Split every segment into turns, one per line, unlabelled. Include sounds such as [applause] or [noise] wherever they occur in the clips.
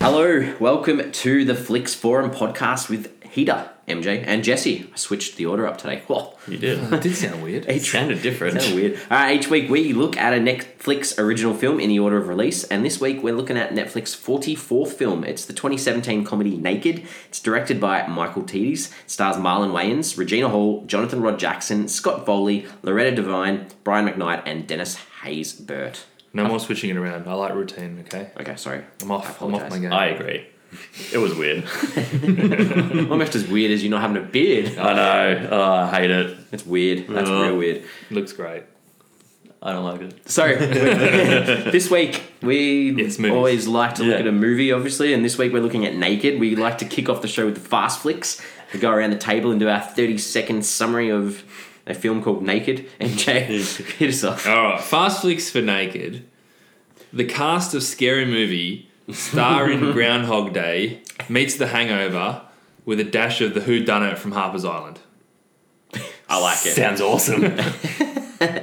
Hello, welcome to the Flicks Forum podcast with Heda, MJ, and Jesse. I switched the order up today. [laughs] Whoa.
You did.
It did sound weird.
It sounded different.
Kinda weird. All right, each week we look at a Netflix original film in the order of release, and this week we're looking at Netflix's 44th film. It's the 2017 comedy Naked. It's directed by Michael Tedes, stars Marlon Wayans, Regina Hall, Jonathan Rod Jackson, Scott Foley, Loretta Devine, Brian McKnight, and Dennis Hayes Burt.
No more switching it around. I like routine, okay?
Okay, sorry.
I'm off.
I
I'm off
apologise. [laughs]
my game.
I agree. It was weird.
Almost as weird as you not having a beard.
I know. Oh, I hate it.
That's weird. That's
Uh,
Ugh.
real weird.
Looks great.
I don't like it.
So
[laughs]
this week we
Yes, movies.
always like to look
Yeah.
at a movie, obviously, and this week we're looking at Naked. We like to kick off the show with the fast flicks. We go around the table and do our thirty-second summary of a film called Naked. [laughs] And Jay, hit us off.
All right, fast flicks for naked. The cast of Scary Movie, star [laughs] in Groundhog Day, meets The Hangover with a dash of the Who Done It from Harper's Island.
I like it.
Sounds awesome.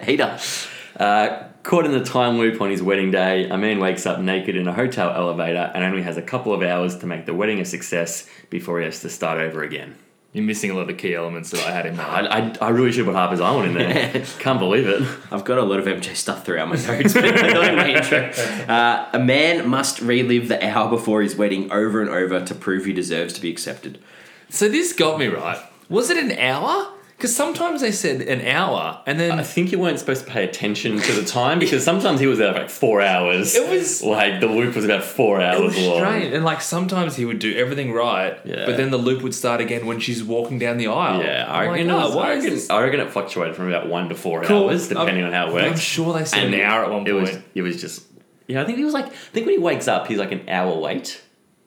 Hater.
[laughs] uh, caught in the time loop on his wedding day, a man wakes up naked in a hotel elevator and only has a couple of hours to make the wedding a success before he has to start over again.
You're missing a lot of key elements that I had in mind.
I, I, I really should put Harper's Island in there. Can't believe it.
I've got a lot of MJ stuff throughout my notes, but not in my intro. Uh, a man must relive the hour before his wedding over and over to prove he deserves to be accepted.
So this got me right. Was it an hour? Because sometimes they said an hour, and then
I think you weren't supposed to pay attention to the [laughs] time because sometimes he was there for like four hours.
It was-
like the loop was about four hours
it was
long.
strange. And like sometimes he would do everything right,
Yeah.
but then the loop would start again when she's walking down the aisle.
Yeah, I
I'm like,
reckon,
"Oh,
it was-
why
I,
is
reckon,
this
I reckon it fluctuated from about one to 4
Cool.
hours, depending
I'm-
on how it
but
works.
I'm sure they said
And
an hour at one point.
It was, it was just, yeah, I think he was like, I think when he wakes up, he's like an hour late.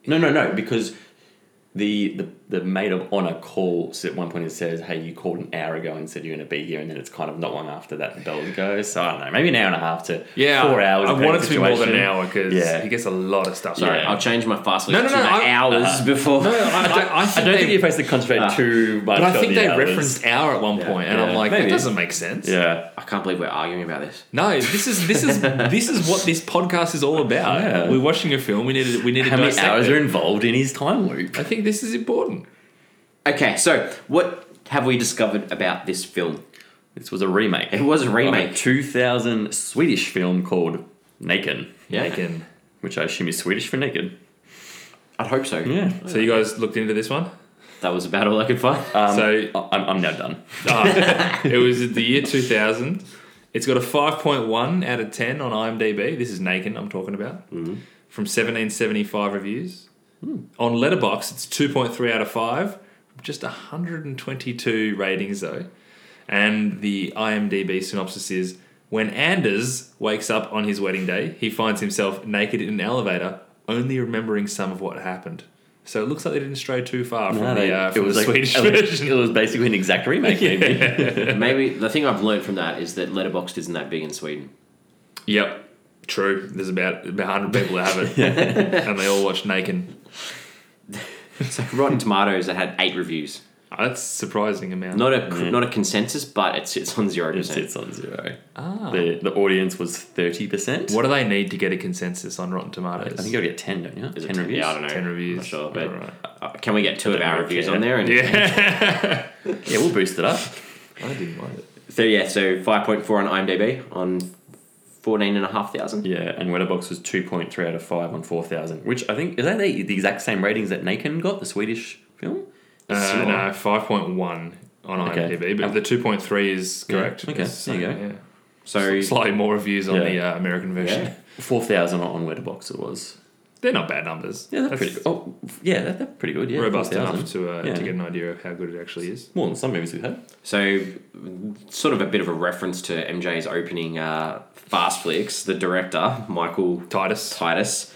No, no, no, because the, the, the maid of honor calls at one point and says, hey, you called an hour ago and said you're going to be here, and then it's kind of not long after that the bell goes. So I don't know, maybe an hour and a half to
yeah,
four hours.
I
depending
wanted
on
to be more than an
situation.
hour because
Yeah.
he gets a lot of stuff.
Sorry,
Yeah.
I'll change my fast
No,
flicks
no, no,
to the
I- Uh-huh.
hours before.
No, I, I, I
I
think
don't
they,
think you're supposed to concentrate
Ah.
too much.
but I
on
think
the
they
hours.
referenced hour at one point, and
yeah.
I'm like,
Maybe.
that doesn't make sense.
Yeah,
I can't believe we're arguing about this.
No, this is this
[laughs]
is this is what this podcast is all about.
Yeah.
We're watching a film. We need to, we need to
how many
dissect
hours
it.
are involved in his time loop?
I think this is important.
Okay, so what have we discovered about this film?
This was a remake.
It was a
of a
remake.
2000 Swedish film called Naken,
Yeah.
Bacon.
which I assume is Swedish for naked.
[laughs] I'd hope so.
Yeah.
So you guys looked into this one.
That was about all I could find. [laughs]
Um,
So-
I- I'm, I'm now done.
Ah, [laughs] it was the year 2000. It's got a 5.1 out of 10 on IMDb. This is Naked I'm talking about.
Mm-hmm.
From 1775 reviews.
Hmm.
On Letterbox, it's 2.3 out of 5. Just 122 ratings though. And the IMDb synopsis is when Anders wakes up on his wedding day, he finds himself naked in an elevator, only remembering some of what happened. So it looks like they didn't stray too far from the, uh, from the Swedish
[laughs] it was,
version.
it was basically an exact remake. Maybe. [laughs]
Maybe the thing I've learned from that is that Letterboxd isn't that big in [laughs] Sweden.
Yep. True. There's about about 100 people that have
[laughs]
it. And they all watch Naked.
So Rotten Tomatoes, it had eight reviews.
Oh, That's surprising amount.
Not a not a consensus, but it sits on zero
it
percent.
sits on zero.
Ah.
The the audience was thirty percent.
What do they need to get a consensus on Rotten Tomatoes?
I think you got to get ten, don't you?
Is it
ten reviews.
Yeah, I don't know.
10 reviews.
I'm not sure, but
Alright.
uh, can we get two of
don't
our
really
reviews
care.
on there? And
Yeah.
Yeah, we'll boost it up.
[laughs] I didn't mind it.
So yeah, so five point four on IMDb on fourteen and a half thousand.
Yeah, and Letterbox was two point three out of five on four thousand, which I think is that the, the exact same ratings that Naken got, the Swedish film. It's
Uh,
similar.
no, 5.1 on
Okay.
IMDb, but the 2.3 is
Yeah,
correct.
okay,
It's,
there you
uh,
go.
yeah.
So
Slightly more reviews on
Yeah.
the uh, American version.
Yeah.
Four thousand on Letterbox it was.
[laughs] They're not bad numbers.
Yeah, that's, pretty. Good. Oh, yeah, that, that's pretty good. Yeah,
robust
4,000.
enough to, uh,
Yeah.
to get an idea of how good it actually is.
More than some movies we've had.
So, sort of a bit of a reference to MJ's opening uh, Fast Flicks, the director, Michael
Titus.
Titus,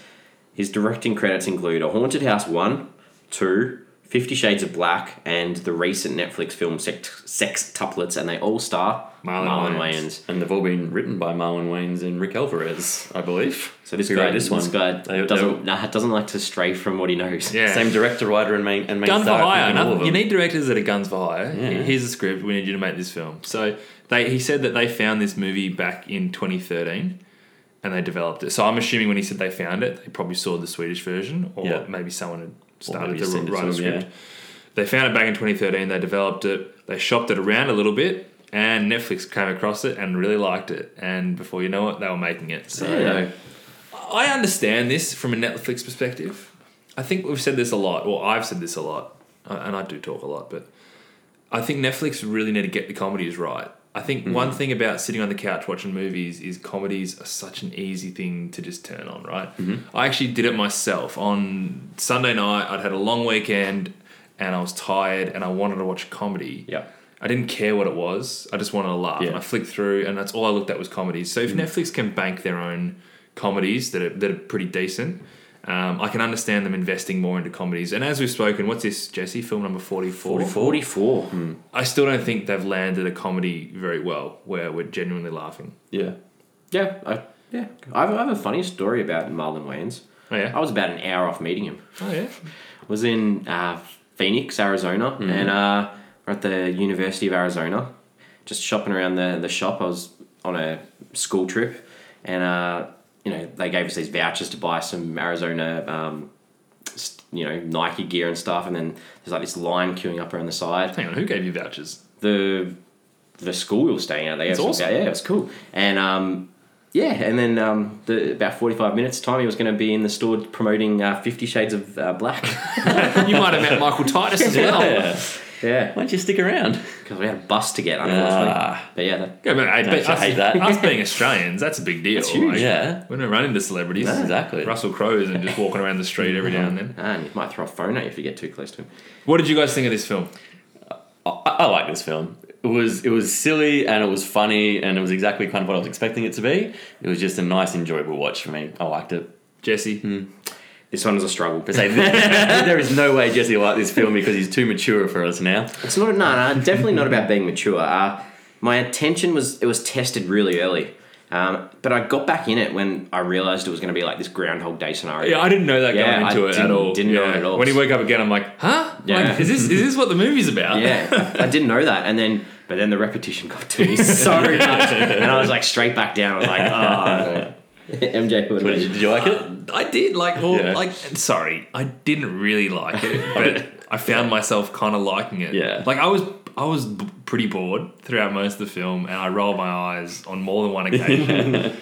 his directing credits include A Haunted House 1, 2, Fifty Shades of Black, and the recent Netflix film Sex, Sex Tuplets, and they all star
Marlon Wayans.
And they've all been written by Marlon Wayans and Rick Alvarez, I believe.
So this
Who
guy,
wrote
this,
one.
guy
They- they
doesn't nah, doesn't like to stray from what he knows.
Yeah.
Same director, writer, and main and main
Gun for
star. I
hire.
think, in all of
Nothing, you
them.
need directors that are guns for hire.
Yeah.
Here's a script. We need you to make this film. So they, he said that they found this movie back in 2013, and they developed it. So I'm assuming when he said they found it, they probably saw the Swedish version, or
Yeah.
maybe someone had started
maybe
to
sent it
write
to
a
them, yeah.
script. They found it back in 2013. They developed it. They shopped it around a little bit, and Netflix came across it and really liked it. And before you know it, they were making it. So
Yeah.
I understand this from a Netflix perspective. I think we've said this a lot, or I've said this a lot, uh, and I do talk a lot, but I think Netflix really need to get the comedies right. I think one thing about sitting on the couch watching movies is comedies are such an easy thing to just turn on, right? I actually did it myself. On Sunday night, I'd had a long weekend and I was tired and I wanted to watch a comedy.
Yeah.
I didn't care what it was. I just wanted to laugh.
Yeah.
And I flicked through, and that's all I looked at was comedies. So if Netflix can bank their own comedies that are that are pretty decent, um, I can understand them investing more into comedies. And as we've spoken, what's this, Jesse? Film number forty-four.
44.
Hmm.
I still don't think they've landed a comedy very well where we're genuinely laughing.
Yeah.
Yeah, I, yeah. I have, I have a funny story about Marlon Wayans.
Oh yeah.
I was about an hour off meeting him.
Oh yeah.
was in uh, Phoenix, Arizona,
Mm-hmm.
and uh, we're at the University of Arizona, just shopping around the, the shop. I was on a school trip, and uh, you know they gave us these vouchers to buy some Arizona, um, st- you know Nike gear and stuff. And then there's like this line queuing up around the side.
Hang on, who gave you vouchers? [laughs]
The the school we were staying at, they
That's
gave us-
awesome.
yeah, it was cool. And um, yeah, and then um, the about forty five minutes time, he was going to be in the store promoting uh, Fifty Shades of uh, Black. [laughs]
you might have met Michael Titus [laughs] as well.
Yeah.
yeah.
[laughs] Why don't you stick around?
because we had a bus to get, unfortunately.
Ah.
But yeah, that,
Yeah, but I, but
I
us,
hate that.
us being Australians, that's a big deal. That's
huge.
Yeah.
We don't run into celebrities.
No, exactly.
Russell Crowe isn't just walking around the street every now and then.
and ah, you might throw a phone at you if you get too close to him.
What did you guys think of this film?
I, I like this film. It was it was silly and it was funny and it was exactly kind of what I was expecting it to be. It was just a nice, enjoyable watch for me. I liked it.
Jesse?
Hmm. This one was a struggle.
[laughs] But say, there is no way Jesse liked this film because he's too mature for us now.
It's not, no, no, definitely not about being mature. Uh, my attention was, it was tested really early. Um, but I got back in it when I realised it was going to be like this Groundhog Day scenario.
Yeah, I didn't know that
Yeah,
going
I
into it at
didn't-
all.
didn't know
Yeah.
it at all.
When he woke up again, I'm like, huh?
Yeah.
Like, is this is this what the movie's about?
[laughs] Yeah, I didn't know that, and then but then the repetition got to [laughs] me so much, and I was like straight back down. I was like, oh, [laughs] MJ, what
What,
about
did, you,
you?
did you like it?
I did like, well,
Yeah.
like, sorry, I didn't really like
[laughs]
it, but I found myself kind of liking it.
Yeah.
like I was, I was b- pretty bored throughout most of the film, and I rolled my eyes on more
[laughs]
than one occasion.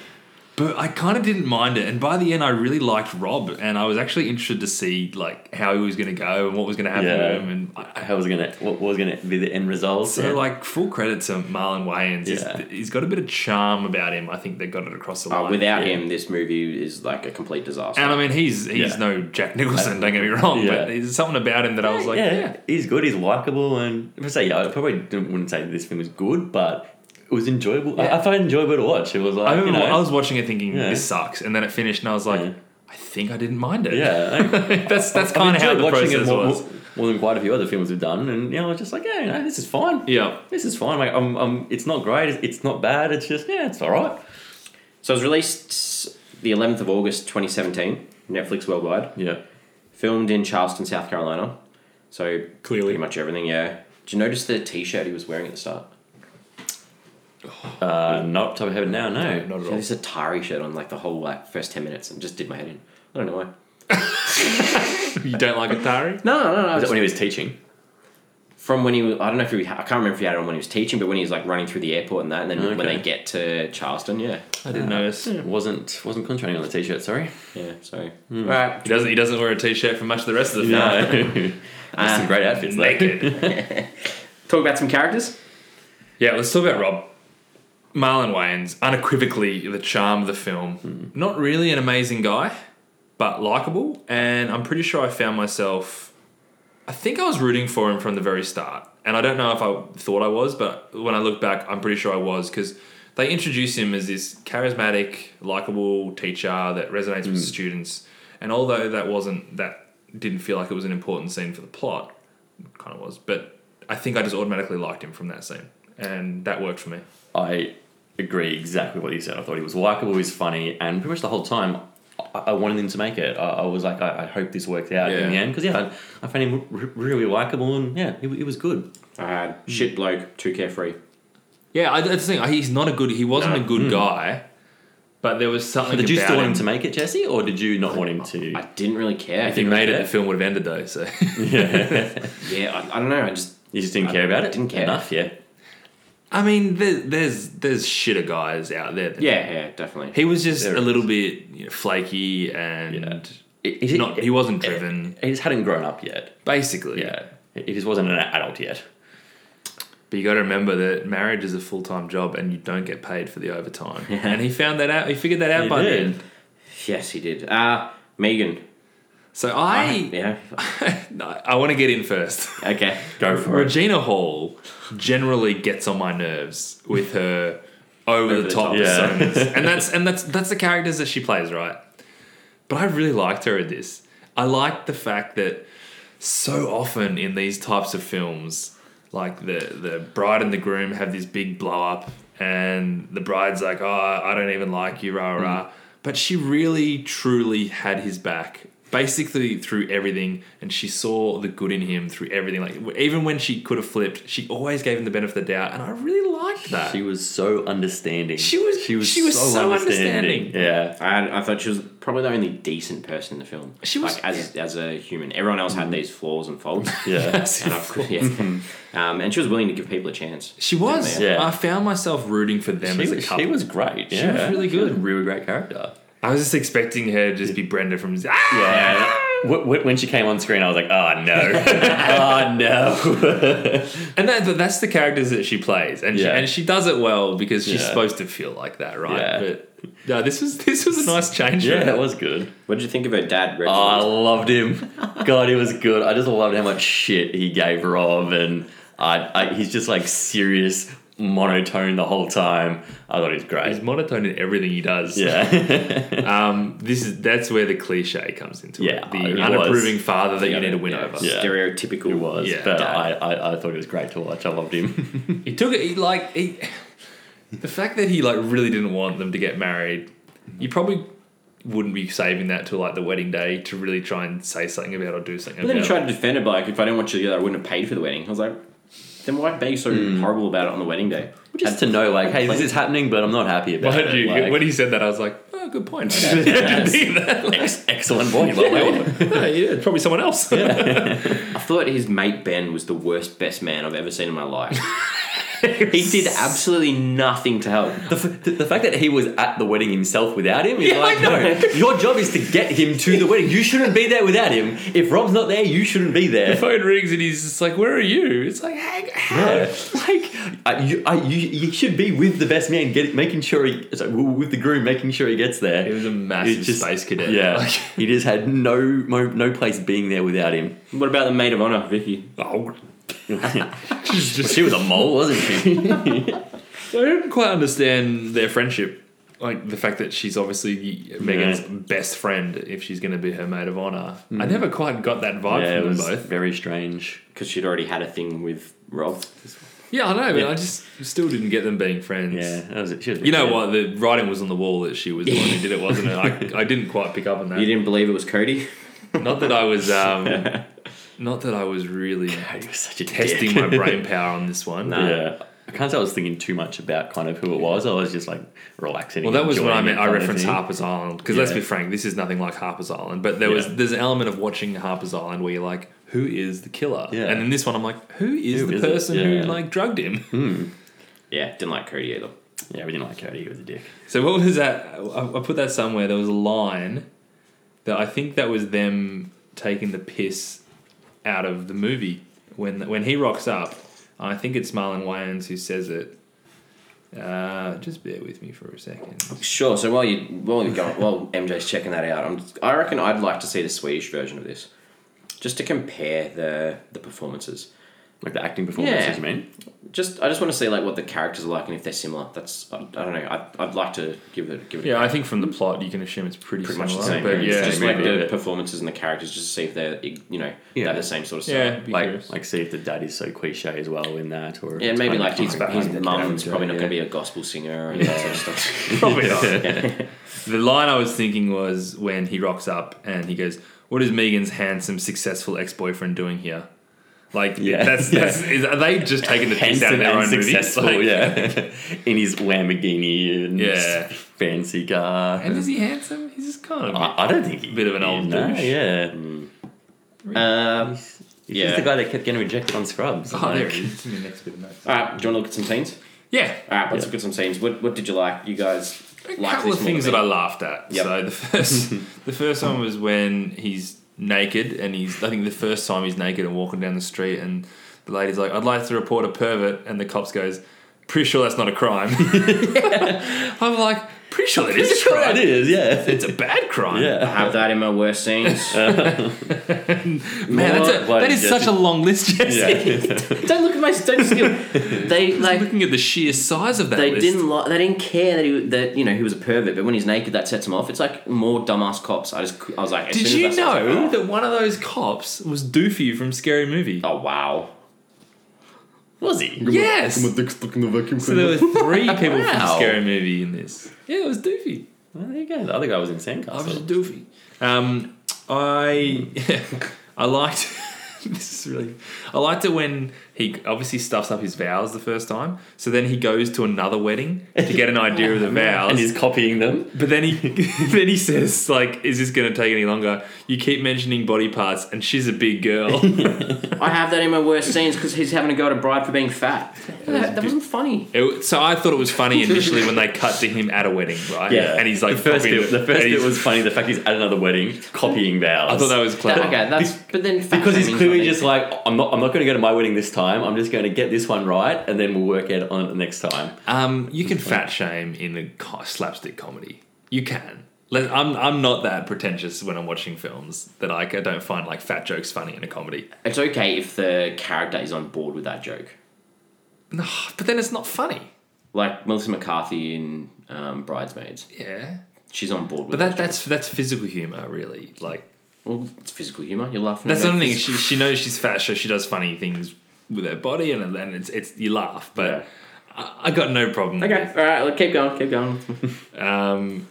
but I kind of didn't mind it, and by the end, I really liked Rob, and I was actually interested to see like how he was going to go and what was going to happen
Yeah.
to him, and I,
How was it gonna what was gonna be the end result?
so,
Yeah.
like, full credit to Marlon Wayans.
Yeah. Oh,
He's, he's got a bit of charm about him. I think they got it across the line.
Uh, without
Yeah.
him, this movie is like a complete disaster.
and I mean, he's he's
Yeah.
no Jack Nicholson. Don't get me wrong,
Yeah.
but there's something about him that I was like,
yeah,
yeah,
he's good. He's likable, and if I say yeah, I probably didn't, wouldn't say this film was good, but it was enjoyable. I, I found it enjoyable to watch. It was like
I remember
you know,
I was watching it thinking
Yeah.
this sucks, and then it finished, and I was like,
Yeah.
I think I didn't mind it.
yeah.
[laughs] that's that's
I've
kind of how
enjoyed
the
watching
process
more,
was.
More, more than quite a few other films have done, and you know, I was just like, yeah, you know, this is fine.
Yeah,
This is fine. Like, I'm, I'm, it's not great. It's, it's not bad. It's just, yeah, it's all right.
So it was released the 11th of August 2017, Netflix worldwide.
Yeah.
Filmed in Charleston, South Carolina. So
Clearly.
pretty much everything. Yeah. Did you notice the T-shirt he was wearing at the start?
Uh, not top of head now. No.
not at
So
[laughs]
all.
this Atari shirt on like the whole like first ten minutes and just did my head in. I don't know why.
you don't like Atari?
No, no, no. I
Was that
just-
when he was teaching?
from when he was, I don't know if he, I can't remember if he had it on when he was teaching, but when he was like running through the airport and that, and then when
Okay.
they get to Charleston, yeah,
I didn't notice. He
Wasn't wasn't contracting on the t-shirt. Sorry.
yeah. So all right,
doesn't. He doesn't wear a t-shirt for much of the rest of the film.
Hmm. [laughs] No. That's some great outfits. though.
Naked.
talk about some characters.
yeah, let's talk about Rob. Marlon Wayans, unequivocally the charm of the film. Not really an amazing guy, but likable. And I'm pretty sure I found myself. I think I was rooting for him from the very start. And I don't know if I thought I was, but when I look back, I'm pretty sure I was because they introduce him as this charismatic, likable teacher that resonates with students. And although that wasn't, that didn't feel like it was an important scene for the plot, It kind of was. But I think I just automatically liked him from that scene. And that worked for me.
I agree exactly what you said. I thought he was likable, he was funny, and pretty much the whole time I, I wanted him to make it. I, I was like, I, I hope this works out in the
Yeah.
end because yeah, I, I found him r- really likable and yeah, he, he was good.
I had Uh, shit bloke, too carefree.
Hmm.
Yeah, I, that's the thing. He's not a good. He wasn't
No.
a good guy, But there was something.
Did you
about
still want him
him
to make it, Jesse, or did you not want him to?
I
[laughs]
didn't really care.
If he made it,
Yeah.
the film would have ended though.
[laughs]
So
yeah,
yeah, I, I don't know. I just
[laughs] you just didn't
I
care about it.
didn't care.
enough. Yeah,
I mean, there, there's there's shitter guys out there. that-
yeah, yeah, definitely.
He was just
There
a
is.
little bit you know, flaky and
It- it-
not.
it-
He wasn't driven.
He just hadn't grown up yet.
basically,
Yeah, he just wasn't an adult yet.
But you got to remember that marriage is a full time job, and you don't get paid for the overtime. And he found that out. He figured that out
He
by
did.
then.
Yes, he did. Uh, Megan.
So I,
Yeah.
No, I want to get in first.
Okay.
Go for it.
Regina Hall generally gets on my nerves with her over, the,
the
top
top. Yeah.
personas, [laughs] and that's and that's that's the characters that she plays, right? But I really liked her in this. I liked the fact that so often in these types of films, like the the bride and the groom have this big blow up, and the bride's like, "Oh, I don't even like you," rah rah.
Mm-hmm.
But she really, truly had his back, basically through everything, and she saw the good in him through everything. Like w- even when she could have flipped, she always gave him the benefit of the doubt, and I really liked that.
She was so understanding.
She was- she was so understanding.
Yeah,
I, I thought she was probably the only decent person in the film.
She was- Mm-hmm.
like, as as a human. Everyone else had these flaws and
[laughs]
faults.
yeah.
[laughs] And I've- yeah.
Mm-hmm.
um, and she was willing to give people a chance.
She was.
Yeah.
I found myself rooting for them
She
as a
was,
couple.
she was great.
She was
yeah.
really
She was a
good.
really great character.
I was just expecting her to just be Brenda from. Ah!
Yeah. Wh- wh- When she came on screen, I was like, oh [laughs] no. oh no.
And that, but that's the characters that she plays, and
Yeah.
she, and she does it well because she's
Yeah.
supposed to feel like that, right?
Yeah.
But no, this was this was a nice change. for
yeah,
her.
that was good.
What did you think of her dad, Reginald?
Oh, I loved him. God, he was good. I just loved how much shit he gave Rob, and I, I, he's just like serious, monotone the whole time. I thought he was
he's
great.
monotone in everything he does.
Yeah.
[laughs]
[laughs]
Um, this is that's where the cliche comes into
Yeah,
it. The
it was.
unapproving father that you
Yeah,
need to win
yeah,
over.
Yeah.
Stereotypical.
It was,
Yeah,
but
dad.
I, I, I thought it was great to watch. I loved him.
He took it. He like he, [laughs] the fact that he like really didn't want them to get married. You probably wouldn't be saving that till like the wedding day to really try and say something about or do something
But then
about.
he tried to defend it by like, if I didn't want you together, I wouldn't have paid for the wedding. I was like, then why be so
Mm.
horrible about it on the wedding day?
Just to know, like, hey, this is happening, but I'm not happy about
Mind
it.
you,
like,
when he said that, I was like, "Oh, good point." [laughs]
[laughs] ex- excellent point. by the way.
yeah, yeah, probably someone else.
I thought his mate Ben was the worst best man I've ever seen in my life.
[laughs]
he did absolutely nothing to help.
The, f- the, the fact that he was at the wedding himself without him is
Yeah, I
like, no,
know. [laughs]
your job is to get him to the wedding. You shouldn't be there without him. If Rob's not there, you shouldn't be
[laughs] The [laughs]
there.
phone rings and he's just like, "Where are you?" It's like, "Hey, how?"
like, uh, you, uh, you, you should be with the best man, get, making sure he, sorry, w- with the groom, making sure he gets there.
It was a
He
massive space cadet.
Yeah,
[laughs] Like,
[laughs] he just had no mo- no place being there without
[laughs]
him.
What about the maid of honor, Vicky?
oh,
She's just- she was a mole, Oh, wasn't she?
I don't quite understand their friendship. Like the fact that she's obviously Megan's best friend if she's going to be her maid of honor. I never quite got that vibe
Mm. yeah, it
from them
was
both.
very strange.
Because she'd already had a thing with Rob.
Yeah, I know, but
Yeah.
I just still didn't get them being friends.
Yeah, that was it. She was
You know
yeah.
what? The writing was on the wall that she was the one who did it, wasn't it? I, I didn't quite pick up on
You
that.
didn't believe it was Cody? [laughs]
Not that I
[laughs]
was, um, not that I was really
[laughs] He was such a
testing
dick.
my brain power on this one.
No.
Yeah. I can't say I was thinking too much about kind of who it was. I was just like relaxing.
Well, that was when I meant. I referenced
half.
Harper's Island because let's
Yeah.
be frank, this is nothing like Harper's Island. But there was
Yeah.
there's an element of watching Harper's Island where you're like, who is the killer?
Yeah.
And in this one, I'm like, who is
Who
the
is it?
person who
Yeah.
like drugged him?
Yeah, didn't like Cody either.
Yeah, we didn't like Cody. He was a dick.
So what was that? I, I put that somewhere. There was a line that I think that was them taking the piss out of the movie when when he rocks up. I think it's Marlon Wayans who says it. Uh, just bear with me for a second.
Sure. So while you while you going while MJ's checking that out, I'm I reckon I'd like to see the Swedish version of this, just to compare the the performances.
Like the acting performances,
Yeah.
you mean?
Just I just want to see like what the characters are like and if they're similar. That's I, I don't know. I I'd like to give it give it. a
Yeah, I think from the plot you can assume it's pretty,
Pretty
similar,
much the same.
But
yeah,
yeah,
just
same
like
movie,
the
yeah.
performances and the characters, just to see if they're you know they
Yeah.
have the same sort of stuff.
yeah, be
Like,
curious.
like see if the dad is so cliche as well in that, or if
Yeah,
it's
maybe
kind
like
of
his,
behind
his
the
mum's
character,
probably not
yeah.
going to be a gospel singer and that sort of stuff.
[laughs] probably not. [laughs] the line I was thinking was when he rocks up and he goes, "What is Megan's handsome, successful ex-boyfriend doing here?" Like,
Yeah.
that's, that's is, are they just taking the piss out of
handsome
their own
and [laughs]
movies?
successful,
Like,
yeah. in his Lamborghini and
yeah.
fancy car.
And is he handsome? He's just kind of.
I, I don't think he
Bit of an old
no,
douche.
Yeah,
Um,
he's the
yeah.
guy that kept getting rejected on Scrubs.
oh, there it
[laughs]
is. It's in the next bit of notes.
All right, do you want to look at some scenes?
Yeah.
All right, let's look at some scenes. What, what did you like? You guys
A
liked
couple
this
of
more
things
than
that
me.
I laughed at.
Yep.
So the first, [laughs] the first one was when he's naked and he's. I think the first time he's naked and walking down the street and the lady's like, "I'd like to report a pervert," and the cops goes, "Pretty sure that's not a crime." [laughs] I'm like, "Pretty sure it is a crime.
it is. Yeah,
[laughs] It's a bad crime."
I
[laughs]
yeah.
have that in my worst scenes.
Man, that's a,
Bloody
that is such
Jesse.
a long list, Jesse.
[laughs]
[laughs]
don't look at my don't skill. They like
Looking at the sheer size of that
they
list.
didn't like they didn't care that he that you know he was a pervert, but when he's naked, that sets him off. It's like more dumbass cops. I just I was like, as
Did
soon
you
as that starts,
know
I was like,
that one of those cops was Doofy from Scary Movie?
Oh wow, was he?
Yes!
dick stuck in the vacuum
So there were
[laughs]
three people
Wow.
from Scary Movie in this. Yeah, it was Doofy.
Well, there you go. The other guy was in
I was
Sandcastle.
Doofy. Um, I [laughs] I liked [laughs] this is really I liked it when he obviously stuffs up his vows the first time. So then he goes to another wedding to get an idea of the vows.
[laughs] And he's copying them.
But then he [laughs] then he says like, "Is this going to take any longer? You keep mentioning body parts, and she's a big
[laughs]
girl."
I have that in my worst scenes because he's having to go to bride for being fat. That, that wasn't funny.
It- so I thought it was funny initially when they cut to him at a wedding, right?
Yeah.
and he's like,
the first
copying
bit, the first
and
bit
he's-
was funny. The fact he's at another wedding copying vows.
I thought that was clever.
That- okay, that's but then fat
because he's
shaming's
clearly
not
just like I'm not. I'm not going to go to my wedding this time. I'm just going to get this one right, and then we'll work out on it the next time.
Um, you can fat shame in a co- slapstick comedy. You can. Let, I'm I'm not that pretentious when I'm watching films that I, ca- don't find like fat jokes funny in a comedy.
It's okay if the character is on board with that joke.
No, but then it's not funny.
Like Melissa McCarthy in um, Bridesmaids,
Yeah,
she's on board with
but that that's that's physical humor, really. Like
Well, it's physical humor. You're laughing.
That's
at
the only thing.
physical-
She she knows she's fat, so she does funny things with her body, and and it's it's you laugh, but.
Yeah.
I, I got no problem. with
Okay, all right. Well, keep going. Keep
[laughs]
going.
it. Um,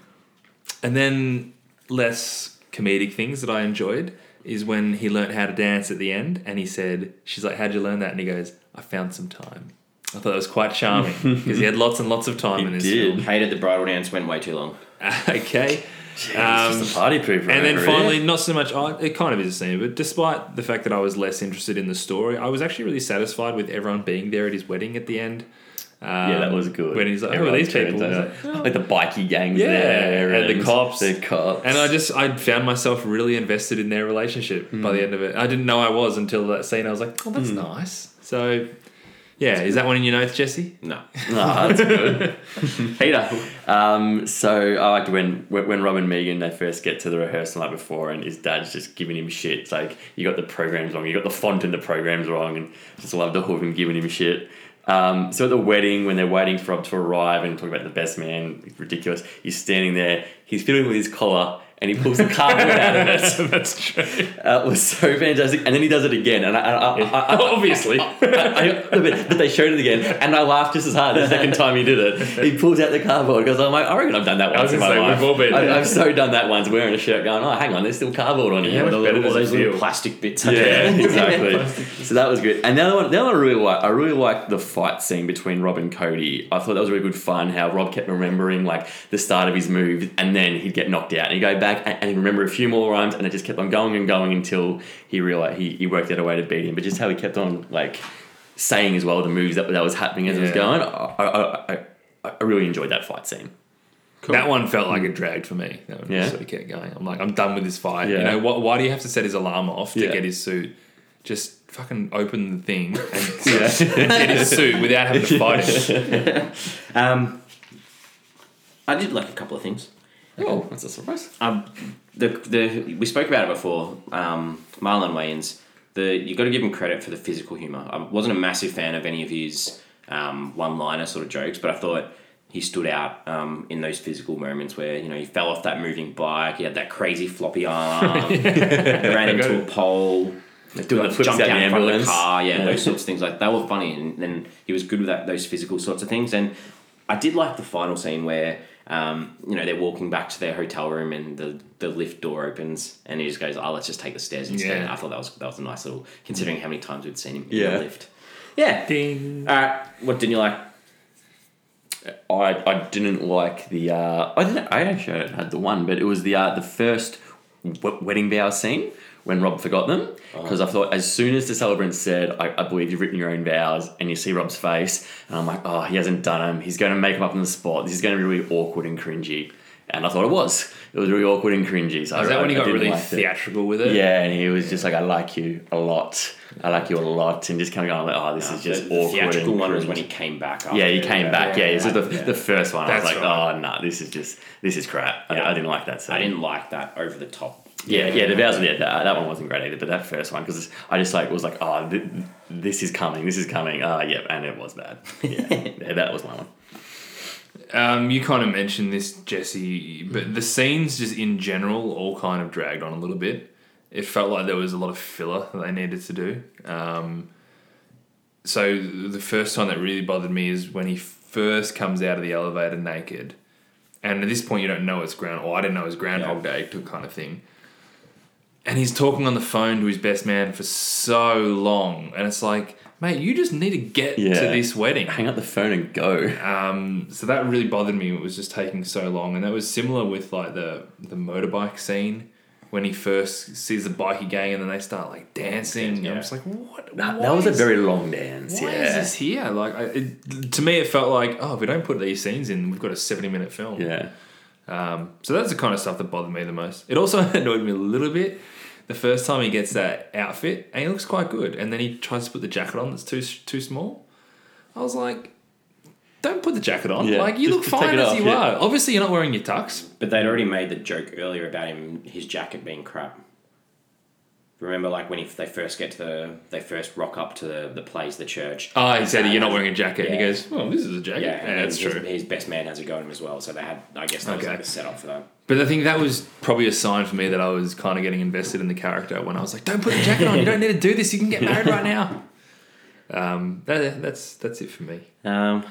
and then less comedic things that I enjoyed is when he learnt how to dance at the end, and he said, "She's like, how'd you learn that?" And he goes, "I found some time." I thought that was quite
[laughs]
charming because he had lots and lots of time
He
in his
did.
film.
Hated the bridal dance. Went way too long.
[laughs] okay.
it's
Um,
just a party pooper.
And then
over
finally,
here.
not so much. I, it kind of is a scene, but despite the fact that I was less interested in the story, I was actually really satisfied with everyone being there at his wedding at the end. Um,
yeah, that was good.
When he's like, "Who are
Everyone
these
turns
people?" I was
up.
like,
like, the bikie gangs
Yeah,
there,
and the cops.
the cops,
and I just I found myself really invested in their relationship by
Hmm.
the end of it. I didn't know I was until that scene. I was like, "Oh, that's nice." So, yeah, is that one in your notes, Jesse?
No.
[laughs] Ah, that's good.
Peter.
Um, so I liked when when Rob and Megan they first get to the rehearsal night before, and his dad's just giving him shit. It's like you got the programs wrong, you got the font in the programs wrong, and just love the whole of him giving him shit. Um, so at the wedding, when they're waiting for Rob to arrive and talk about the best man, it's ridiculous. He's standing there, he's fiddling with his collar, and he pulls the cardboard out of it.
that's true.
Uh, it was so fantastic, and then he does it again, and I, I, I, I, I,
[laughs] Obviously,
I, I, no, but, but they showed it again, and I laughed just as hard the second time he did it. He pulls out the cardboard, goes, "Oh my, I reckon I've done that once
was
in my
gonna say,
life.
we've all been
I,
there."
I've so done that once, wearing a shirt, going, "Oh, hang on, there's still cardboard on
Yeah,
here."
but-
All
Better does
those
it
little
feel?
plastic bits.
Yeah, [laughs] exactly. so that was good. And the other one, the other one I really like, I really liked the fight scene between Rob and Cody. I thought that was really good fun. How Rob kept remembering like the start of his move, and then he'd get knocked out, and he'd go back and, and he'd remember a few more rhymes, and it just kept on going and going until he realized he, he worked out a way to beat him. But just how he kept on like saying as well the moves that that was happening as it was
Yeah.
going. I, I, I, I- I really enjoyed that fight scene.
That one felt like it dragged for me. That one
Hmm. Yeah.
just sort of kept going. I'm like, I'm done with this fight. You
Yeah.
know, wh- why do you have to set his alarm off to
Yeah.
get his suit? Just fucking open the thing
[laughs]
and [laughs] get his suit without having to fight it.
[laughs] Um, I did like a couple of things.
Oh, that's a surprise.
Um, the the we spoke about it before. Um, Marlon Wayans. The you got to give him credit for the physical humor. I wasn't a massive fan of any of his um, one liner sort of jokes, but I thought he stood out um, in those physical moments where you know he fell off that moving bike. He had that crazy floppy
[laughs]
arm. ran into a pole.
doing the flips
jumped
out the
out in front of the
ambulance.
car, Ah, yeah, those sorts of things. Like they were funny, and then he was good with that, those physical sorts of things. And I did like the final scene where um, you know they're walking back to their hotel room, and the, the lift door opens, and he just goes, "Oh, let's just take the stairs instead."
Yeah.
I thought that was that was a nice little considering how many times we'd seen him in
Yeah.
the lift. Yeah.
Ding.
All right. What didn't you like?
I, I didn't like the uh, I didn't I actually had the one, but it was the uh, the first w- wedding vow scene when Rob forgot them
Oh.
because I thought as soon as the celebrant said I, I believe you've written your own vows and you see Rob's face and I'm like oh he hasn't done them he's going to make them up on the spot this is going to be really awkward and cringy and I thought it was it was really awkward and cringy so I-
Is that
I,
when he
I
got
didn't
really
like it.
theatrical with it?
Yeah, and he was just like, "I like you a lot. I like you a lot," and just kind of going like, "Oh, this is just
the, the
awkward."
theatrical
and
one was when
cringe."
he came back.
Oh, Yeah, he
after,
came back. Yeah, this is the, the first one. I
That's
was like,
right.
"Oh no, this is just this is crap." I-
Yeah.
I, didn't like that. Scene.
I didn't like that over the top.
Yeah, yeah, the vows. Yeah, that, that one wasn't great either. But that first one, because I just like was like, "Oh, th- this is coming. This is coming." Ah, yep, and it was [laughs] bad. Yeah, yeah, that was my one.
Um, you kind of mentioned this, Jesse, but the scenes just in general all kind of dragged on a little bit. It felt like there was a lot of filler that they needed to do. Um, so the first time that really bothered me is when he first comes out of the elevator naked, and at this point you don't know it's ground. Or I didn't know it was Groundhog Day kind of thing. And he's talking on the phone to his best man for so long, and it's like, mate, you just need to get to
Yeah.
this wedding.
Hang up the phone and go.
Um, so that really bothered me. It was just taking so long, and that was similar with like the the motorbike scene when he first sees the bikie gang, and then they start like dancing. And I'm just like, what?
That,
why
that was a
is-
very long dance.
Why
yeah.
is this here? Like, I, it, to me, it felt like, oh, if we don't put these scenes in, we've got a seventy-minute film.
yeah.
Um, so that's the kind of stuff that bothered me the most. It also [laughs] annoyed me a little bit the first time he gets that outfit, and he looks quite good. And then he tries to put the jacket on that's too too small. I was like, "Don't put the jacket on!
Yeah,
like you
just-
look
just take
fine
it
as
off,
you
yeah.
are. Obviously, you're not wearing your tux.
But they'd already made the joke earlier about him his jacket being crap. Remember, like when he, they first get to the they first rock up to the, the plays the church.
Ah, he said you're not wearing a jacket. And he
Yeah.
goes, "Well, this is a jacket.
yeah,
Yeah,
and
that's
his,
true."
His best man has a go at him as well. So they had, I guess, that was
Okay.
like a setup for that.
But I think that was probably a sign for me that I was kind of getting invested in the character when I was like, "Don't put the jacket on. You don't need to do this. You can get married right [laughs] now." Um, that, that's that's it for me.
Um,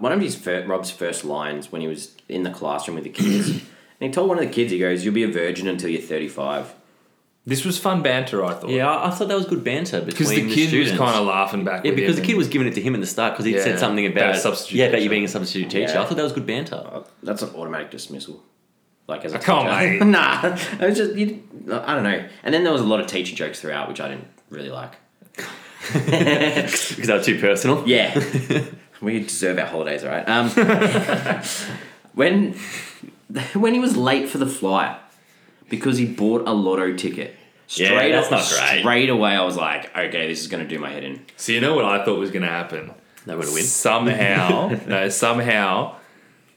one of his fir- Rob's first lines when he was in the classroom with the kids, and he told one of the kids, he goes, "You'll be a virgin until you're 35."
This was fun banter, I thought.
Yeah, I I thought that was good banter between
Because the kid was
students.
kind of laughing back.
Yeah,
with him
because the kid
and-
was giving it to him in the start because he
Yeah.
said something
About
about,
substitute
yeah, about
teacher.
you being a substitute teacher.
Yeah.
I thought that was good banter.
Uh, That's an automatic dismissal. Like as a
Oh, Come on,
teacher. [laughs]
mate.
nah, I was just you, I don't know. And then there was a lot of teacher jokes throughout, which I didn't really like.
Because that was too personal.
Yeah,
[laughs]
we deserve our holidays, all right? Um, [laughs] when when he was late for the flight because he bought a lotto ticket.
Yeah,
Straight
that's
up-
not great.
Straight away, I was like, okay, this is going to do my head in.
So you know what I thought was going to happen?
They were to win.
[laughs]
[laughs]
Somehow, no, somehow,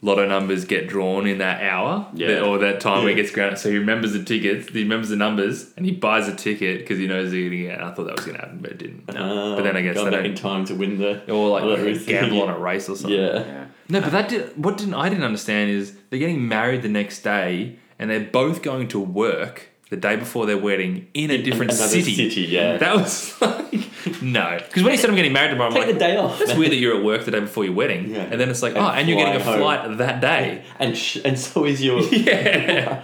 lotto numbers get drawn in that hour
Yeah.
that- or that time where he gets grounded. So he remembers the tickets, he remembers the numbers, and he buys a ticket because he knows they're getting it. And I thought that was going to happen, but it didn't. but then I guess
got
they
Ah, back in
don't.
time to win the
Or
lottery
like
thing.
gamble on a race or something.
[laughs] Yeah.
Yeah.
No, but that did. What didn't I didn't understand is they're getting married the next day, and they're both going to work the day before their wedding in a different
another
city.
city,
[laughs]
yeah.
that was like no. Because when he said I'm getting married tomorrow, I'm
Take
like,
the day off.
That's weird that you're at work the day before your wedding,
Yeah.
and then it's like,
And
oh, and you're getting a
fly home.
flight that day.
And sh- and so is your
[laughs] Yeah.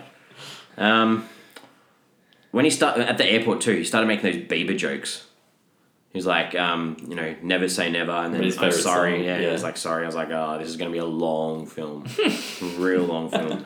Um, when he started at the airport too, he started making those Bieber jokes. He was like, um, you know, never say never, and then
But his
I'm
favourite
sorry.
song,
yeah, he
yeah.
was like sorry. I was like, oh, this is gonna be a long
[laughs]
film, real long film.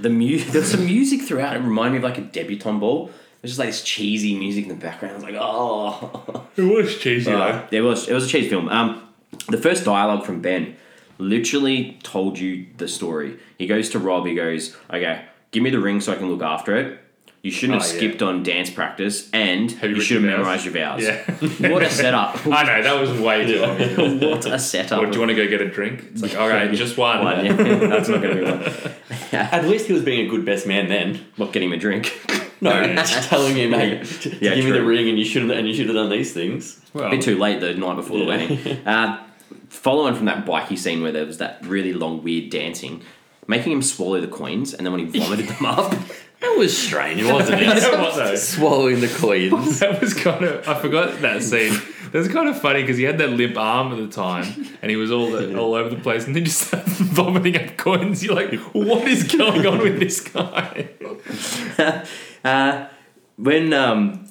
the mu- there's some music throughout. It reminded me of like a debutante ball. It was just like this cheesy music in the background. I was like, oh. [laughs]
it was cheesy
Uh, it was it was a cheesy film. Um, the first dialogue from Ben literally told you the story. He goes to Rob. He goes, "Okay, give me the ring so I can look after it. You shouldn't
Oh,
have
yeah.
skipped on dance practice, and
you
you,
written
should have
your
memorized
vows?"
your vows."
[laughs]
Yeah.
what a setup!
[laughs] I know that was way too obvious.
what a setup!
Or do you want to go get a drink? It's like, all right, just one.
One, yeah. [laughs] That's not going to be one.
At least he was being a good best man then.
Not getting him a
[laughs]
drink.
No, [laughs] just telling him, hey, to
Yeah,
give me the
true.
ring and you should have and you should have done these things.
Well,
A bit too late the night before the
Yeah.
wedding. Uh, following from that bikey scene where there was that really long, weird dancing, making him swallow the coins, and then when he
[laughs]
vomited them up,
That was strange, wasn't
[laughs] that was-
[laughs] Swallowing the coins.
That was kind of I forgot that scene. That was kind of funny because he had that limp arm at the time, and he was all all over the place, and then just started [laughs] vomiting up coins. You're like, what is going on with this
[laughs]
guy?
when um,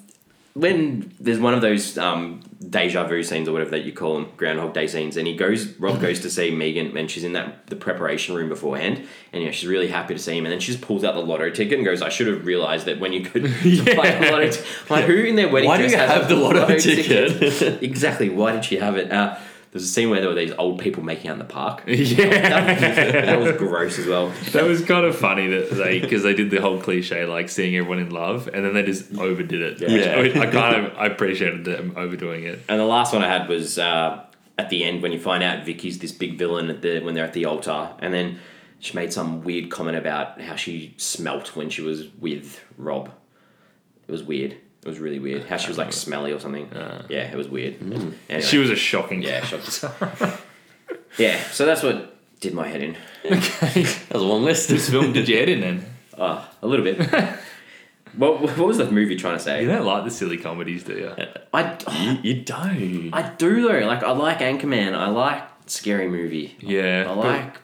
when there's one of those um, deja vu scenes or whatever that you call them, Groundhog Day scenes. And he goes, Rob goes to see Megan, and she's in that the preparation room beforehand, and you know she's really happy to see him. And then she just pulls out the lotto ticket and goes, "I should have realized that when you
[laughs]
could play the lotto, t- like who in their wedding
Why do
dress
you
has
have
a
the lotto [laughs] ticket?
exactly. Why did she have it? Uh, there's a scene where there were these old people making out in the
[laughs]
park.
Yeah.
that was gross as well.
That was kind of funny that they because they did the whole cliche like seeing everyone in love and then they just overdid it. Which
Yeah.
I, I
[laughs]
kind of I appreciated them overdoing it.
And the last one I had was uh, at the end when you find out Vicky's this big villain at the when they're at the altar, and then she made some weird comment about how she smelt when she was with Rob. It was weird. It was really weird. How she was like smelly or something. yeah, it was weird. Anyway,
Uh. Hmm. She was a shocking.
yeah, shocked. yeah. So that's what did my head in.
That was a long
[laughs]
list. [laughs]
This film did you head in then?
Uh, a little
[laughs]
bit. what, what was the movie trying to say?
You don't like the silly comedies, do
Uh,
you?
I,
you don't.
I do though. Like I like Anchorman. I like Scary Movie.
Yeah.
I like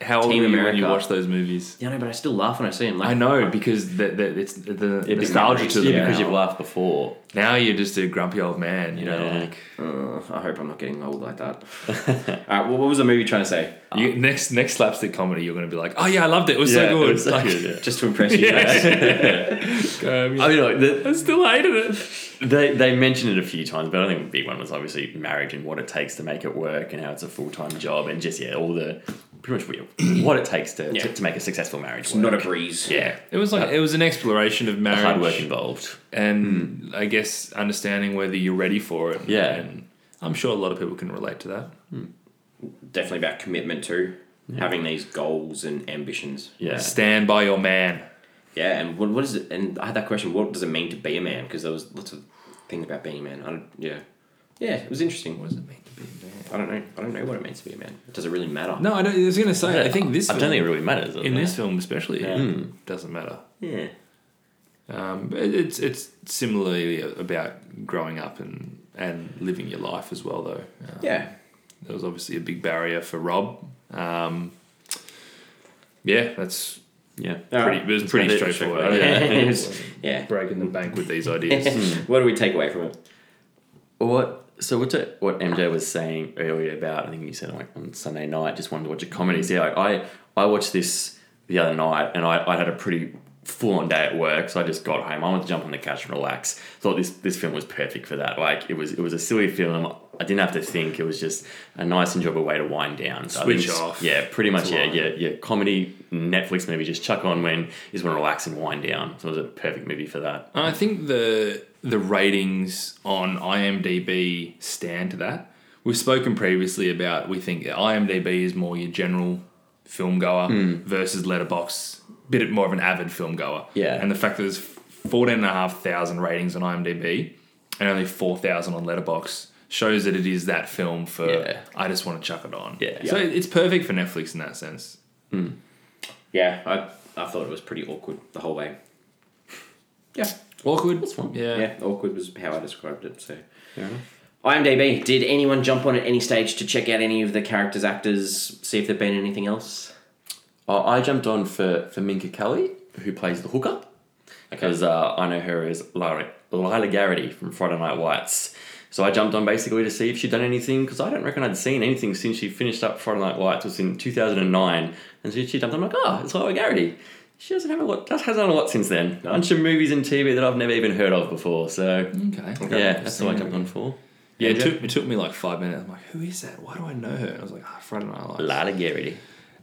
how old
Team
were you when you
America.
watch those movies?
Yeah, no, but I still laugh when I see him. Like,
I know because the, the, it's the the nostalgia
memories,
to them.
Yeah, because
Yeah.
you've laughed before.
Now you're just a grumpy old man. You know,
Yeah.
like
Uh, I hope I'm not getting old like [laughs] that. All right, well, what was the movie trying to say?
you, next next slapstick comedy, you're going to be like, oh yeah, I loved it. It was
Yeah,
so good.
it was so
Like,
good, yeah.
Just to impress you guys.
[laughs] um,
I mean, like, the,
I still hated it.
they they mentioned it a few times, but I think the big one was obviously marriage and what it takes to make it work, and how it's a full time job, and just yeah, all the pretty much what- [clears throat] what it takes to,
Yeah.
to, to make a successful marriage. Work.
Not a breeze.
yeah,
It was like it was an exploration of marriage,
hard work involved.
and I guess understanding whether you're ready for it.
Yeah.
and I'm sure a lot of people can relate to that.
Definitely about commitment too. Having these goals and ambitions.
Yeah,
Stand by your man.
Yeah, and what, what is it? And I had that question. What does it mean to be a man? Because there was lots of things about being a man. I don't, yeah, yeah, it was interesting.
What does it mean to be a man?
I don't know. I don't know what it means to be a man. Does it really matter?
No, I, don't, I was going to say. I think this.
I don't
film- Hmm.
think it really matters. does
in
it?
this film especially
Yeah.
it doesn't matter
Yeah.
um, but it's it's similarly about growing up and and living your life as well though Uh,
Yeah.
there was obviously a big barrier for rob um, yeah that's
yeah,
pretty it was pretty
it.
straightforward
Yeah. [laughs]
Yeah. [laughs]
yeah.
breaking the bank with these [laughs] ideas
[laughs] what do we take away from it?
What? So what's it, what MJ was saying earlier about? I think you said like on Sunday night, just wanted to watch a comedy. So, Yeah, like, I I watched this the other night, and I I had a pretty full on day at work, so I just got home. I wanted to jump on the couch and relax. Thought this this film was perfect for that. Like it was it was a silly film. I didn't have to think. It was just a nice, enjoyable way to wind down. So I think
Switch
it's-
off.
Yeah, pretty much. Yeah,
line.
yeah, yeah. Comedy Netflix movie. Just chuck on when you just want to relax and wind down. So it was a perfect movie for that.
And I think the the ratings on IMDb stand to that. We've spoken previously about we think IMDb is more your general film goer
Hmm.
versus Letterbox, bit more of an avid film goer.
Yeah.
And the fact that there's fourteen and a half thousand ratings on IMDb and only four thousand on Letterbox shows that it is that film for
Yeah.
I just want to chuck it on.
Yeah.
So it's perfect for Netflix in that sense.
Yeah, I I thought it was pretty awkward the whole way. Yeah.
Awkward.
fine.
Yeah, awkward was how I described it. So, IMDb. Did anyone jump on at any stage to check out any of the characters, actors, see if they've been in anything else?
Uh, I jumped on for, for Minka Kelly, who plays the hooker, because uh, I know her as Lila, Lila Garrity from Friday Night Lights. So I jumped on basically to see if she'd done anything, because I don't reckon I'd seen anything since she finished up Friday Night Lights, it was in 2009. And so she jumped on, I'm like, oh, it's Lila Garrity. She doesn't have a lot, has done a lot since then. A bunch of movies and TV that I've never even heard of before. So,
Okay.
Mm. yeah, that's what I jumped on for.
Yeah, it
Andrew?
took, it took me like five minutes. I'm like, who is that? Why do I know her? And I was like, ah, Friday Night Lights.
Lila Garrity.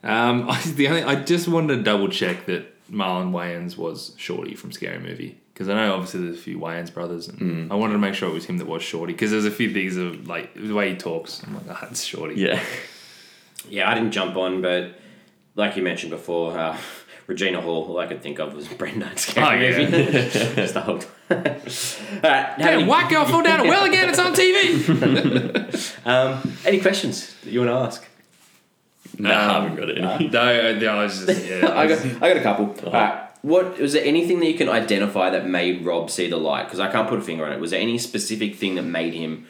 Um, [laughs] I, the only, I just wanted to double check that Marlon Wayans was Shorty from Scary Movie because I know obviously there's a few Wayans brothers,
Mm.
and I wanted to make sure it was him that was Shorty because there's a few things of like the way he talks. I'm like, ah, it's Shorty.
[laughs] Yeah.
Yeah, I didn't jump on, but like you mentioned before, uh, [laughs] Regina Hall. All I could think of was [laughs] Brenda. in Scary
Oh, yeah.
Movie. [laughs] Just the whole. [laughs] All right. have
Damn,
any,
white girl
[laughs]
fall down a well again. It's on TV.
um, any questions that you want to ask?
[laughs] No, I haven't got it.
no, I, no, I was just
[laughs]
yeah.
I
[laughs]
got, I got a couple. All right. What was there anything that you can identify that made Rob see the light? Because I can't put a finger on it. Was there any specific thing that made him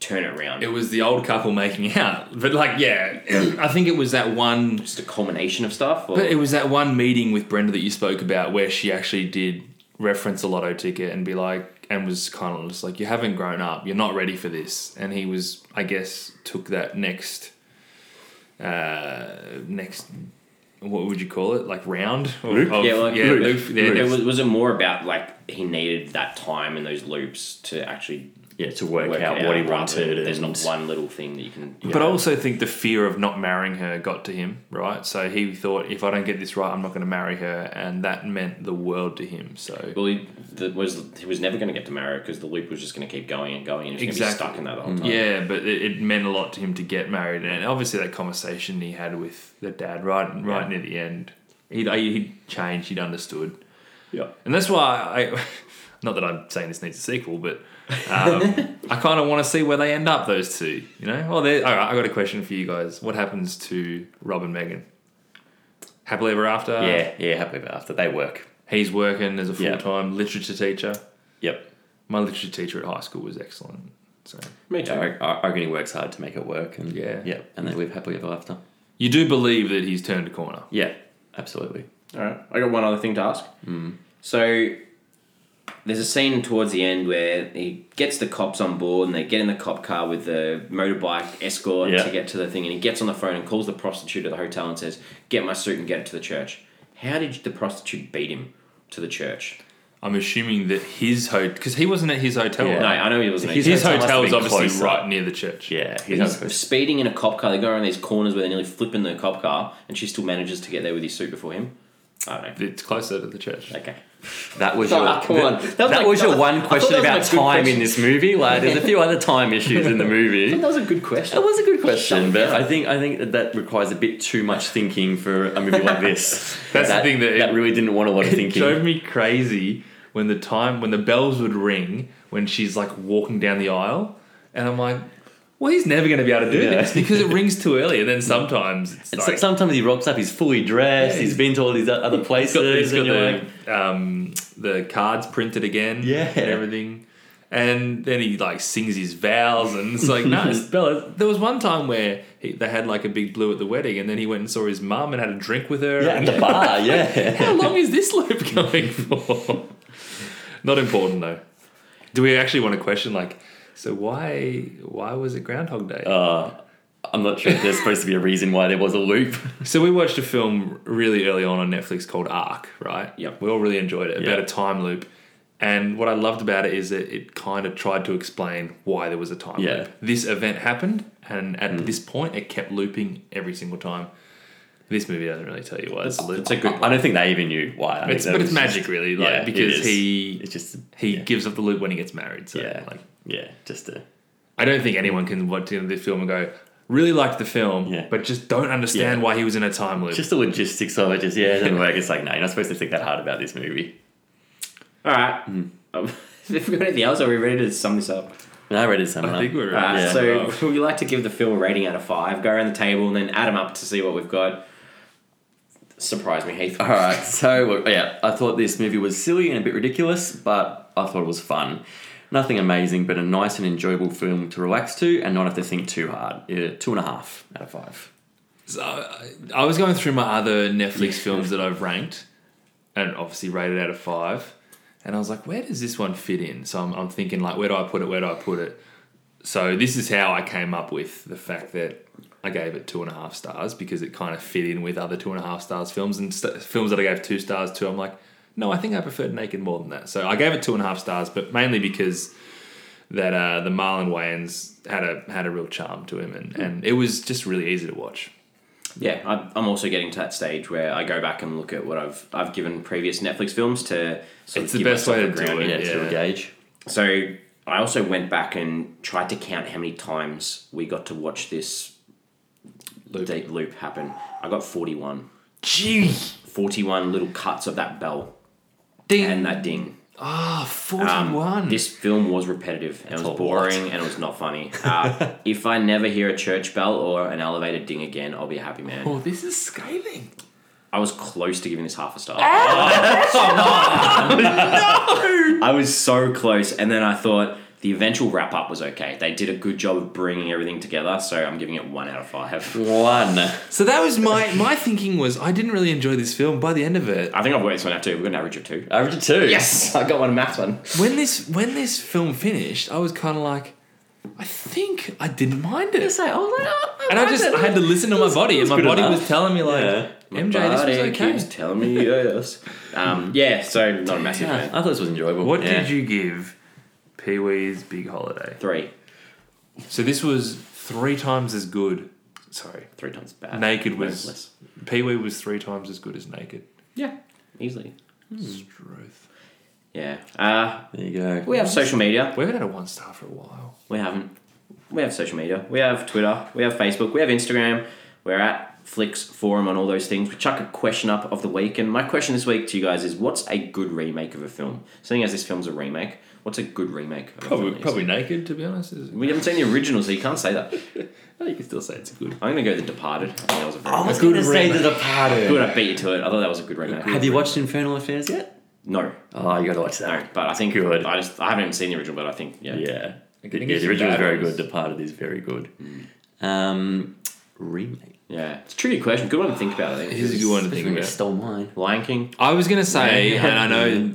turn it around?
it was the old couple making out, but like, yeah, [clears throat] I think it was that one
just a culmination of stuff. Or?
But it was that one meeting with Brenda that you spoke about where she actually did reference a lotto ticket and be like, and was kind of just like, you haven't grown up, you're not ready for this. And he was, I guess, took that next, uh, next, what would you call it? Like round? Of,
Loop?
of-
yeah, well,
yeah,
loop.
loop. Yeah,
It
next-
was, was it more about like he needed that time and those loops to actually
yeah, to work,
work
out
it
what he
rather
wanted.
than There's
and-
not one little thing that you can.
But I also think the fear of not marrying her got to him, right? So he thought, if I don't get this right, I'm not going to marry her, and that meant the world to him. So
Well, he the, was he was never going to get to marry because the loop was just going to keep going and going and he was going to be
Exactly.
stuck in that the whole time.
yeah, but it, it meant a lot to him to get married, and obviously that conversation he had with the dad right right near the end, he'd he'd changed, he'd understood,
Yeah.
and that's why I. [laughs] Not that I'm saying this needs a sequel, but
[laughs]
um, I kind of want to see where they end up. Those two, you know. Well, there- all right. I got a question for you guys. What happens to Rob and Megan? Happily ever after.
yeah, yeah, happily ever after. They work.
He's working as a
Yeah.
full time literature teacher.
Yep.
My literature teacher at high school was excellent. So
Me too.
Yeah, I, I I reckon he works hard to make it work. And
Yeah.
Yep. And they live happily ever after.
you do believe that he's turned a corner.
Yeah, absolutely.
All right, I got one other thing to ask. So there's a scene towards the end where he gets the cops on board, and they get in the cop car with the motorbike escort
Yeah.
to get to the thing, and he gets on the phone and calls the prostitute at the hotel and says, "Get my suit and get it to the church." How did the prostitute beat him to the church?
I'm assuming that his hotel, because he wasn't at his hotel.
Yeah.
No,
right?
I know he wasn't.
His-
His
hotel must
hotel
have
is
been
obviously
closer.
right near the church.
Yeah, he
He's
does. work.
speeding in a cop car. They go around these corners where they nearly flip in the cop car, and she still manages to get there with his suit before him. I don't know.
It's closer to the church.
Okay.
[laughs] That was
Oh,
your
come on. That was
That,
like-
was
that was-
your
I
one
thought
question
that was
about
my good
time
question.
in this movie. Like, there's a few other time issues in the movie.
That was a good question.
That was a good question,
Shut
but
down.
I think I think that, that requires a bit too much thinking for a movie like this.
That's the
that,
thing that it-
that really didn't want
[laughs]
a lot of
It drove
thinking.
me crazy when the time when the bells would ring when she's like walking down the aisle, and I'm like, well, he's never going to be able to do
Yeah.
this because it rings too early, and then sometimes it's
And
like,
so- sometimes he rocks up. He's fully dressed.
Yeah.
he's been to all these o- other places.
got, he's got
and you're
the
like,
um, the cards printed again,
Yeah.
and everything. And then he like sings his vows, and it's like, no, it's [laughs] Bella. There was one time where he, they had like a big blue at the wedding, and then he went and saw his mum and had a drink with her.
yeah,
And
at the bar. Yeah,
[laughs] How long is this [laughs] loop going for? Not important though. Do we actually want to question like, so why why was it Groundhog Day?
uh, I'm not sure if there's supposed to be a reason why there was a loop.
So we watched a film really early on on Netflix called Arc, right?
Yep.
We all really enjoyed it about
Yeah.
a time loop. And what I loved about it is that it kind of tried to explain why there was a time
Yeah. Hmm.
loop. This event happened, and at this point, it kept looping every single time. This movie doesn't really tell you why it's a loop.
It's a good
I don't think they even knew why. I think
It's-
that
but
was
it's
just-
magic, really, like
yeah, it
because
is.
he
It's just
he
yeah.
gives up the loop when he gets married. So,
yeah,
like,
yeah, just a
I don't think anyone can watch the end of this film and go, really liked the film,
Yeah.
but just don't understand
Yeah.
why he was in a time loop.
just the logistics of it. Just yeah, it doesn't work. It's like no, you're not supposed to think that hard about this movie.
All right. Um, [laughs] if we've got anything else, are we ready to sum this up?
And I read it somewhere.
I think we're
All right.
Yeah.
So, [laughs] would you like to give the film a rating out of five? Go around the table and then add them up to see what we've got. Surprise me, Heath.
All right, so yeah, I thought this movie was silly and a bit ridiculous, but I thought it was fun. Nothing amazing, but a nice and enjoyable film to relax to and not have to think too hard. Yeah, two and a half out of five.
So, I- I was going through my other Netflix films that I've ranked and obviously rated out of five. And I was like, where does this one fit in? So I'm, I'm thinking, like, where do I put it? Where do I put it? So this is how I came up with the fact that I gave it two and a half stars because it kind of fit in with other two and a half stars films and st- films that I gave two stars to. I'm like, no, I think I preferred Naked more than that. So I gave it two and a half stars, but mainly because that uh, the Marlon Wayans had a had a real charm to him, and, and it was just really easy to watch.
Yeah, I'm- I'm also getting to that stage where I go back and look at what I've I've given previous Netflix films to. Sort
It's
of
the
give
best
myself
way
a
to do it.
grounding.
Yeah,
Yeah.
to engage.
So I also went back and tried to count how many times we got to watch this
Loop.
deep loop happen. I got 41.
Gee,
41 little cuts of that bell
ding.
and that ding.
Ah,
Um,
41.
This film was repetitive and it
a lot.
was boring and it was not
[laughs]
funny. Uh, if I never hear a church bell or an elevator ding again, I'll be a happy man.
oh, this is scathing.
I was close to giving this half a star. [laughs] no! I was so close, and then I thought, The eventual wrap up was okay. They did a good job of bringing everything together, so I'm giving it one out of five.
One.
So that was my my thinking was I didn't really enjoy this film. By the end of it,
I think I've worked this one out too. We've got an average of two.
Average of two.
Yes, I got one math one.
when this when this film finished, I was kind of like, I think I didn't mind it.
Say, I was like, oh,
And I just I had to listen to my body, and my
good
body
enough.
was telling me like,
Yeah.
MJ, this was
Body
okay.
keeps telling me yes. Um, yeah, so not a massive
Yeah, I
fan.
thought this was enjoyable.
What
Yeah.
did you give Pee Wee's Big Holiday?
Three,
So this was three times as good. Sorry,
three times bad.
Naked
No,
was-
less.
Pee Wee was three times as good as Naked.
yeah, easily.
Struth.
Yeah. Uh,
There you go.
we have social media.
We haven't had a one star for a while.
We haven't. We have social media. We have Twitter. We have Facebook. We have Instagram. We're at Flicks Forum on all those things. We chuck a question up of the week, and my question this week to you guys is: What's a good remake of a film? Seeing as this film's a remake, what's a good remake? Of a film
Probably,
is?
probably Naked, to be honest. Is
We haven't seen the original, so you can't say that.
you can still say it's good.
I'm gonna go The Departed. I think that was a very
I was
good.
going to say The Departed.
Good, I beat you to it. I thought that was a good remake.
Have you watched Infernal Affairs yet?
No,
Oh, you got to watch that.
no, but I think
Good.
I just I haven't even seen the original, but I think yeah.
Yeah.
I
The,
think
yeah,
it's
the original is
bad
very
ones.
good. Departed is very good. Um, remake.
Yeah. It's a tricky question. Good one to think about. I think.
Here's a good one to think
Especially when you
about.
stole mine.
Lion King.
I was gonna say,
Yeah.
and I [laughs] know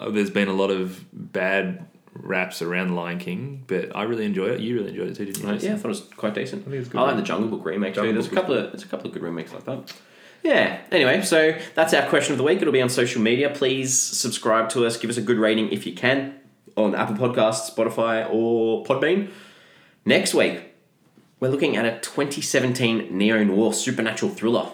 uh, there's been a lot of bad raps around Lion King, but I really enjoy it. You really enjoyed it too, didn't you?
Yeah, I thought it was quite decent. I,
think it's good.
like the Jungle Book remake
Jungle
too. There's a
Book
couple of there's a couple of good remakes like that. Yeah. Anyway, so that's our question of the week. It'll be on social media. Please subscribe to us. Give us a good rating if you can on Apple Podcasts, Spotify, or Podbean. Next week, we're looking at a 2017 neo noir supernatural thriller.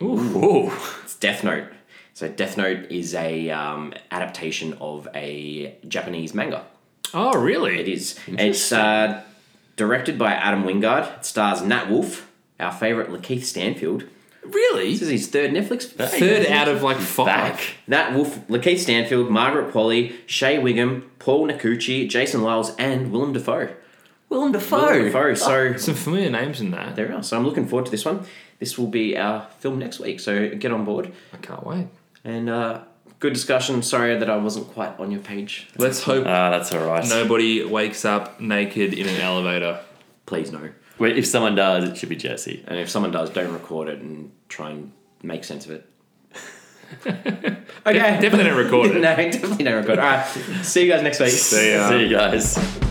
Ooh.
It's Death Note. So Death Note is a um, adaptation of a Japanese manga.
Oh,
It
really?
is. It's uh, directed by Adam Wingard. It stars Nat Wolf, our favourite Lakeith Stanfield.
Really?
This is his third Netflix.
Third out of like five.
Back.
Nat Wolf, Lakeith Stanfield, Margaret Polly, Shay Wiggum, Paul Nakuchi, Jason Lyles, and Willem Dafoe.
Willem
Willem
Oh.
Dafoe.
Dafoe. So
Some familiar names in that.
there we are. So I'm looking forward to this one. This will be our film next week. So get on board
I can't wait.
and. Uh, Good discussion. Sorry that I wasn't quite on your page.
Let's hope
Ah, that's all right.
nobody wakes up naked in an elevator.
Please no.
Wait, if someone does, it should be Jesse.
And if someone does, don't record it and try and make sense of
[laughs]
it. okay.
Definitely don't record
[laughs]
it.
no, definitely don't record. All right. See you guys next week.
See ya.
See you guys.